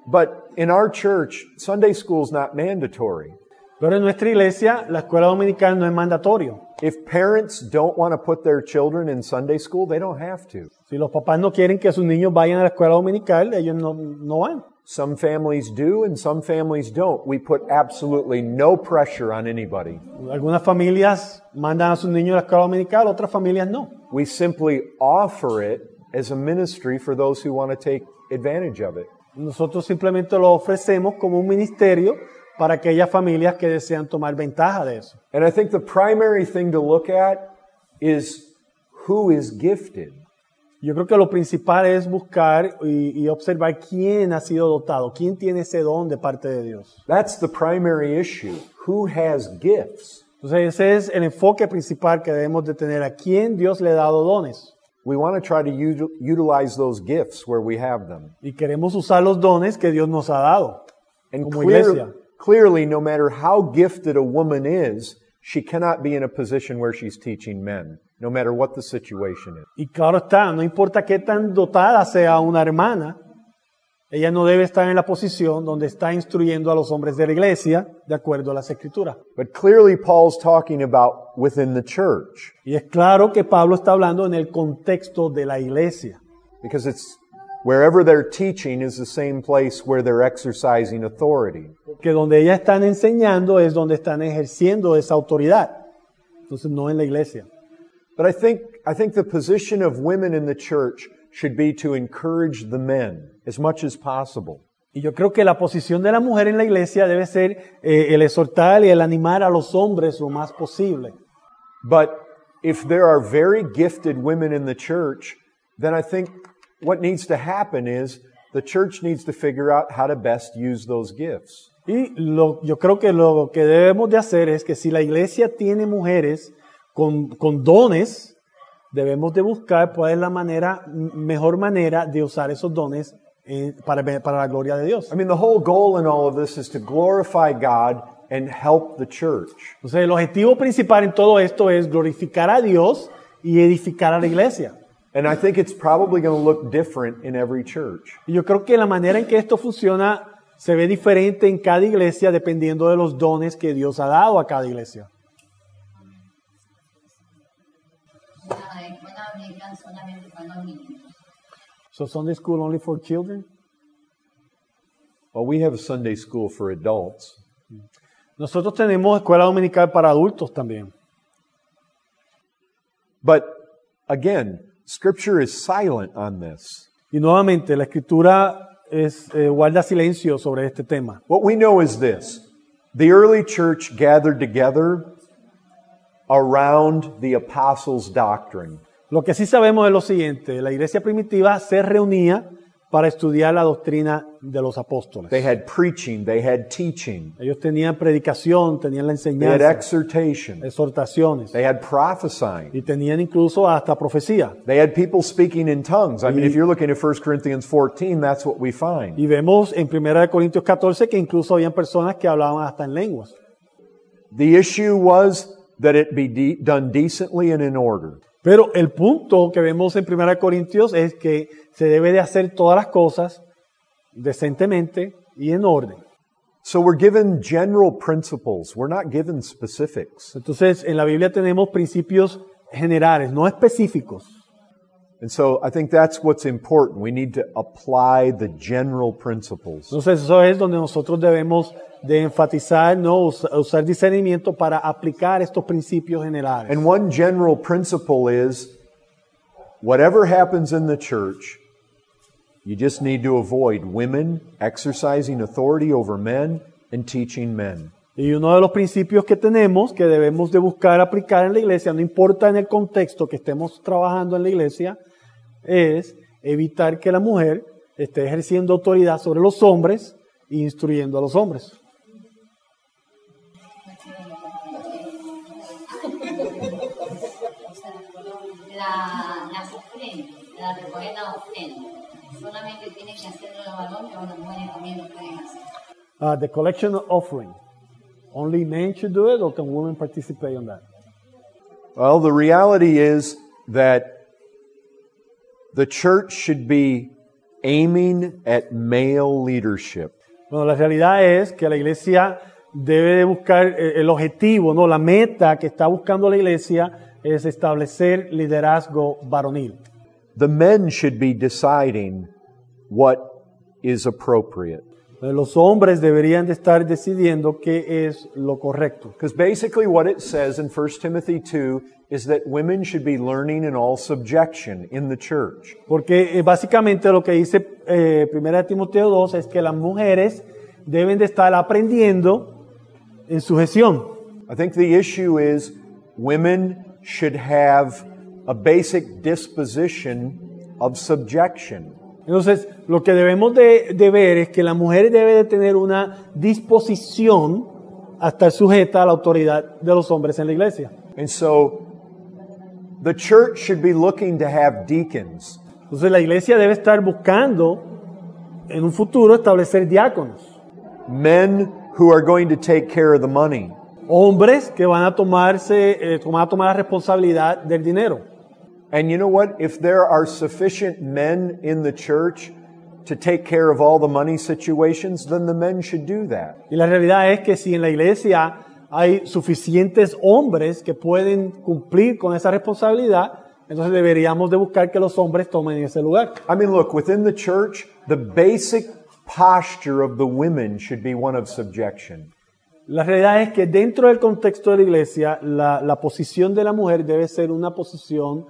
But in our church, Sunday school is not mandatory.
Pero en nuestra iglesia la escuela dominical no es mandatorio.
If parents don't want to put their children in Sunday school, they don't have to.
Si los papás no quieren que sus niños vayan a la escuela dominical, ellos no, no van.
Some families do and some families don't. We put absolutely no pressure on anybody.
Algunas familias mandan a sus niños a la escuela dominical, otras familias no.
We simply offer it as a ministry for those who want to take advantage of it.
Nosotros simplemente lo ofrecemos como un ministerio para aquellas familias que desean tomar ventaja de eso.
And I think the primary thing to look at is who is gifted.
Yo creo que lo principal es buscar y, y observar quién ha sido dotado, quién tiene ese don de parte de Dios.
That's the primary issue. Who has gifts?
Entonces ese es el enfoque principal que debemos de tener, a quién Dios le ha dado dones.
We want to try to util- utilize those gifts where we have them.
Y queremos usar los dones que Dios nos ha dado.
And
Como
clear-
iglesia.
clearly, no matter how gifted a woman is, she cannot be in a position where she's teaching men, no matter what the situation is.
Y claro está, no importa qué tan dotada sea una hermana, ella no debe estar en la posición donde está instruyendo a los hombres de la iglesia de acuerdo a las escrituras.
But clearly, Paul's talking about within the church.
Y es claro que Pablo está hablando en el contexto de la iglesia.
because it's wherever they're teaching is the same place where they're exercising authority.
que donde ellas están enseñando es donde están ejerciendo esa autoridad. Entonces no en la iglesia.
But I think I think the position of women in the church should be to encourage the men as much as possible.
Y yo creo que la posición de la mujer en la iglesia debe ser eh, el exhortar y el animar a los hombres lo más posible.
But if there are very gifted women in the church, then I think what needs to happen is the church needs to figure out how to best use those gifts.
Y lo- yo creo que lo que debemos de hacer es que si la iglesia tiene mujeres con, con dones, debemos de buscar cuál es la manera, m- mejor manera de usar esos dones eh, para, be- para la gloria de Dios.
I mean, the whole goal in all of this is to glorify God and help the church.
Entonces, el objetivo principal en todo esto es glorificar a Dios y edificar a la iglesia.
And I think it's probably going to look different in every church.
Y yo creo que la manera en que esto funciona se ve diferente en cada iglesia dependiendo de los dones que Dios ha dado a cada iglesia.
Nada, es una Biblia solamente para los niños.
So Sunday school only for children.
Well, we have a Sunday school for adults,
Nosotros tenemos escuela dominical para adultos también.
but again, Scripture is silent on this.
Y nuevamente, la escritura es, eh, guarda silencio sobre este tema.
What we know is this the early church gathered together around the apostles' doctrine.
Lo que sí sabemos es lo siguiente, la iglesia primitiva se reunía para estudiar la doctrina de los
They
apóstoles.
had preaching, they had teaching,
Ellos tenían predicación, tenían la
they had
enseñanza,
exhortation,
exhortaciones
they had prophesying.
y tenían incluso hasta profecía.
They had people speaking in tongues. I mean, if you're looking at 1 Corinthians 14, that's what we find.
Y vemos en 1 Corintios 14 que incluso habían personas que hablaban hasta en lenguas.
The issue was that it be de- done decently and in order.
Pero el punto que vemos en 1 Corintios es que se debe de hacer todas las cosas decentemente y en orden.
So we're given general principles. We're not given specifics.
Entonces, en la Biblia tenemos principios generales, no específicos.
And so I think that's what's important. We need to apply the general principles.
Entonces, eso es donde nosotros debemos de enfatizar, ¿no? Us- usar discernimiento para aplicar estos principios generales.
And one general principle is whatever happens in the church, you just need to avoid women exercising authority over men and teaching men.
Y uno de los principios que tenemos, que debemos de buscar aplicar en la iglesia, no importa en el contexto que estemos trabajando en la iglesia, es evitar que la mujer esté ejerciendo autoridad sobre los hombres e instruyendo a los hombres.
La, las ofrendas, la recoger las ofrendas. Solamente tienen que hacerlo los varones o las mujeres también lo pueden hacer.
Uh, the collection of offering. Only men should do it, or can women participate on that?
Well, the reality is that the church should be aiming at male leadership.
Bueno, la realidad es que la iglesia debe de buscar eh, el objetivo, no, la meta que está buscando la iglesia es establecer liderazgo varonil.
The men should be deciding what is appropriate.
Eh, Los hombres deberían de estar decidiendo qué es lo correcto.
Because basically, what it says in 1 Timothy 2 is that women should be learning in all subjection in the church.
Porque eh, básicamente lo que dice eh, 1 Timoteo 2 es que las mujeres deben de estar aprendiendo en sujeción.
I think the issue is women should have a basic disposition of subjection.
Entonces, lo que debemos de, de ver es que la mujer debe de tener una disposición a estar sujeta a la autoridad de los hombres en la iglesia.
And so the church should be looking to have deacons.
Entonces, la iglesia debe estar buscando en un futuro establecer diáconos,
Men who are going to take care of the money.
hombres que van a tomarse, eh, que van a tomar la responsabilidad del dinero.
And you know what? If there are sufficient men in the church to take care of all the money situations, then the men should do that.
Y la realidad es que si en la iglesia hay suficientes hombres que pueden cumplir con esa responsabilidad, entonces deberíamos de buscar que los hombres tomen ese lugar.
I mean, look, within the church, the basic posture of the women should be one of subjection.
La realidad es que dentro del contexto de la iglesia, la, la posición de la mujer debe ser una posición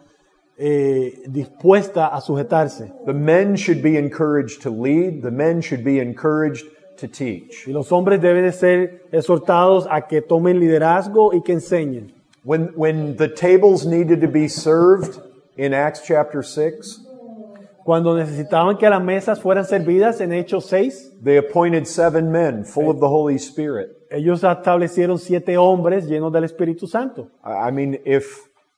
eh, dispuesta a sujetarse.
The men should be encouraged to lead, the men should be encouraged to teach.
Y los hombres deben de ser exhortados a que tomen liderazgo y que enseñen.
When, when the tables needed to be served in Acts chapter 6,
Cuando necesitaban que las mesas fueran servidas en Hechos 6,
they appointed seven men full of the Holy Spirit.
ellos establecieron siete hombres llenos del Espíritu Santo.
I I mean, if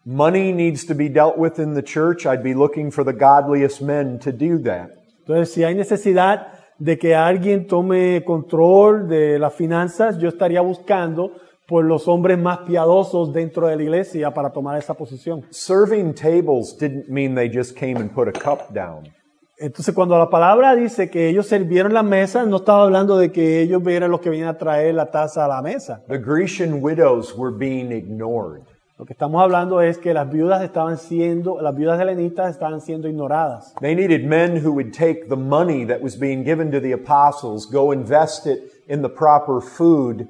money needs to be dealt with in the church, I'd be looking for the godliest men to do that.
Entonces, si hay necesidad de que alguien tome control de las finanzas, yo estaría buscando por los hombres más piadosos dentro de la iglesia para tomar esa posición.
Serving tables didn't mean they just came and put a cup down.
Entonces, cuando la palabra dice que ellos sirvieron la mesa, no estaba hablando de que ellos eran los que venían a traer la taza a la mesa.
The Grecian widows were being ignored.
Lo que estamos hablando es que las viudas estaban siendo, las viudas helenitas estaban siendo ignoradas.
They needed men who would take the money that was being given to the apostles, go invest it in the proper food,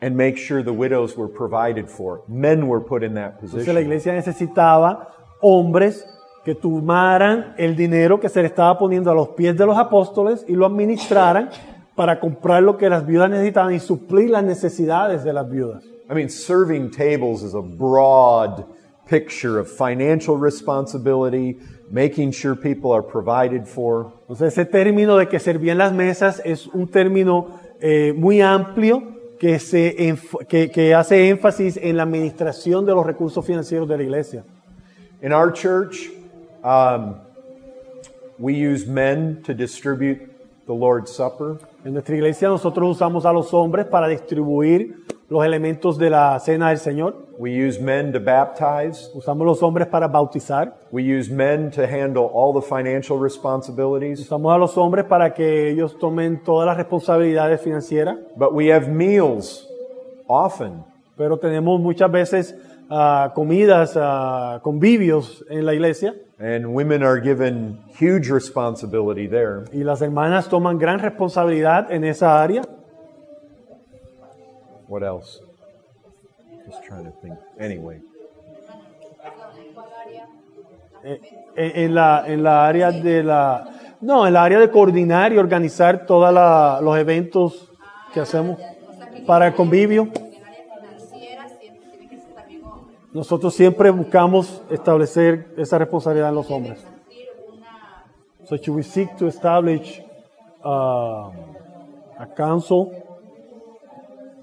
and make sure the widows were provided for. Men were put in that
Entonces la
position.
iglesia necesitaba hombres que tomaran el dinero que se le estaba poniendo a los pies de los apóstoles y lo administraran para comprar lo que las viudas necesitaban y suplir las necesidades de las viudas.
I mean, serving tables is a broad picture of financial responsibility, making sure people are provided for.
Entonces ese término de que servían las mesas es un término eh, muy amplio que, se enf- que- que hace énfasis en la administración de los recursos financieros de la iglesia.
In our church, um, we use men to distribute the Lord's Supper.
En nuestra iglesia nosotros usamos a los hombres para distribuir los elementos de la cena del Señor.
We use men to baptize.
Usamos los hombres para bautizar.
We use men to handle all the financial responsibilities,
Usamos a los hombres para que ellos tomen todas las responsabilidades financieras.
but we have meals often.
Pero tenemos muchas veces ah, comidas, ah, convivios en la iglesia.
And women are given huge responsibility there.
Y las hermanas toman gran responsabilidad en esa área.
What else? Just trying to think. Anyway,
Eh, eh, en, la, en la área de la... No, en la área de coordinar y organizar todos los eventos que hacemos para el convivio.
el área financiera siempre tiene que ser también hombre.
Nosotros siempre buscamos establecer esa responsabilidad en los hombres.
Sentir una
So should we seek to establish uh, a council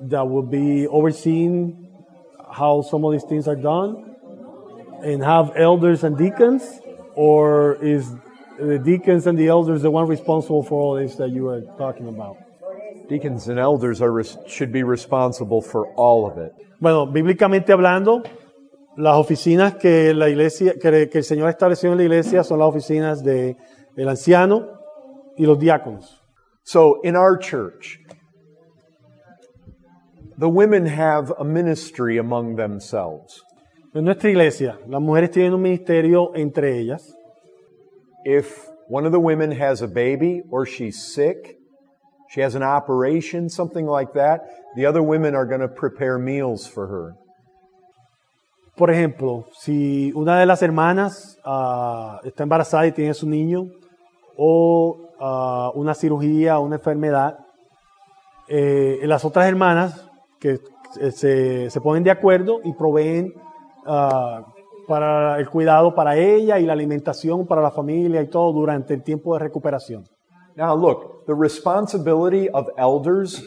that will be overseeing how some of these things are done and have elders and deacons? Or is the deacons and the elders the one responsible for all this that you are talking about?
deacons and elders are res- should be responsible for all of it.
Bueno, bíblicamente hablando, las oficinas que la iglesia, que, que el Señor estableció en la iglesia son las oficinas de el anciano y los diáconos.
So in our church, the women have a ministry among themselves.
En nuestra iglesia, las mujeres tienen un ministerio entre ellas.
if one of the women has a baby or she's sick, she has an operation, something like that, the other women are going to prepare meals for her.
Por ejemplo, si una de las hermanas ah, está embarazada y tiene su niño, o ah, una cirugía, una enfermedad, eh, las otras hermanas que eh, se, se ponen de acuerdo y proveen ah, para el cuidado para ella y la alimentación para la familia y todo durante el tiempo de recuperación.
Now, look, the responsibility of elders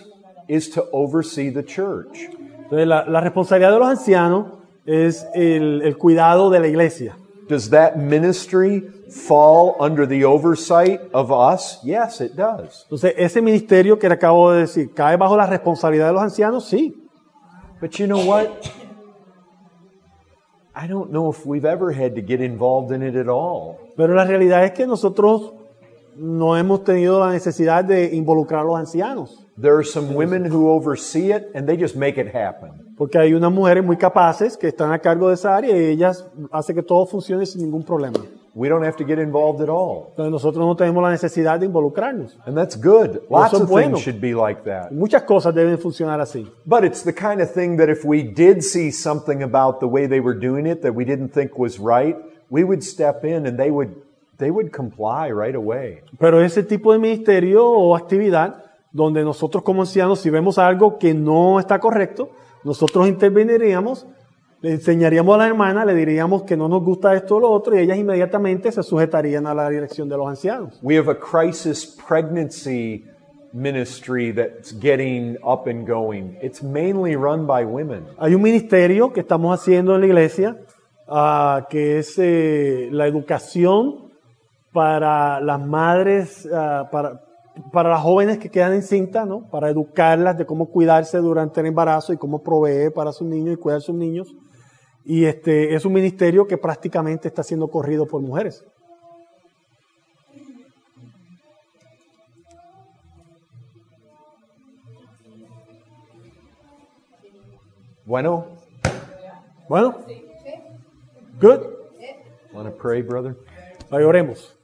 is to oversee the church.
Entonces, la, la responsabilidad de los ancianos es el- el cuidado de la iglesia.
Does that ministry fall under the oversight of us? Yes, it does.
Entonces, ese ministerio que le acabo de decir, ¿cae bajo la responsabilidad de los ancianos? Sí.
But you know what? I don't know if we've ever had to get involved in it at all.
Pero la realidad es que nosotros no hemos tenido la necesidad de involucrar a los ancianos.
There are some women who oversee it and they just make it happen.
Porque hay unas mujeres muy capaces que están a cargo de esa área y ellas hacen que todo funcione sin ningún problema.
We don't have to get involved at all.
Entonces, nosotros no tenemos la necesidad de involucrarnos.
And that's good. Lots
eso es
of
bueno.
things should be like that.
Muchas cosas deben funcionar así.
But it's the kind of thing that if we did see something about the way they were doing it that we didn't think was right, we would step in and they would they would comply right away.
Pero ese tipo de ministerio o actividad donde nosotros como ancianos, si vemos algo que no está correcto, nosotros interveniríamos Le enseñaríamos a la hermana, le diríamos que no nos gusta esto o lo otro, y ellas inmediatamente se sujetarían a la dirección de los ancianos.
We have a crisis pregnancy ministry that's getting up and going. It's mainly run by women.
Hay un ministerio que estamos haciendo en la iglesia, ah, que es eh, la educación para las madres, ah, para, para las jóvenes que quedan encintas, ¿no? para educarlas de cómo cuidarse durante el embarazo y cómo proveer para sus niños y cuidar a sus niños. Y este es un ministerio que prácticamente está siendo corrido por mujeres.
Bueno,
Bueno, good.
want to pray, brother?
Ahí oremos.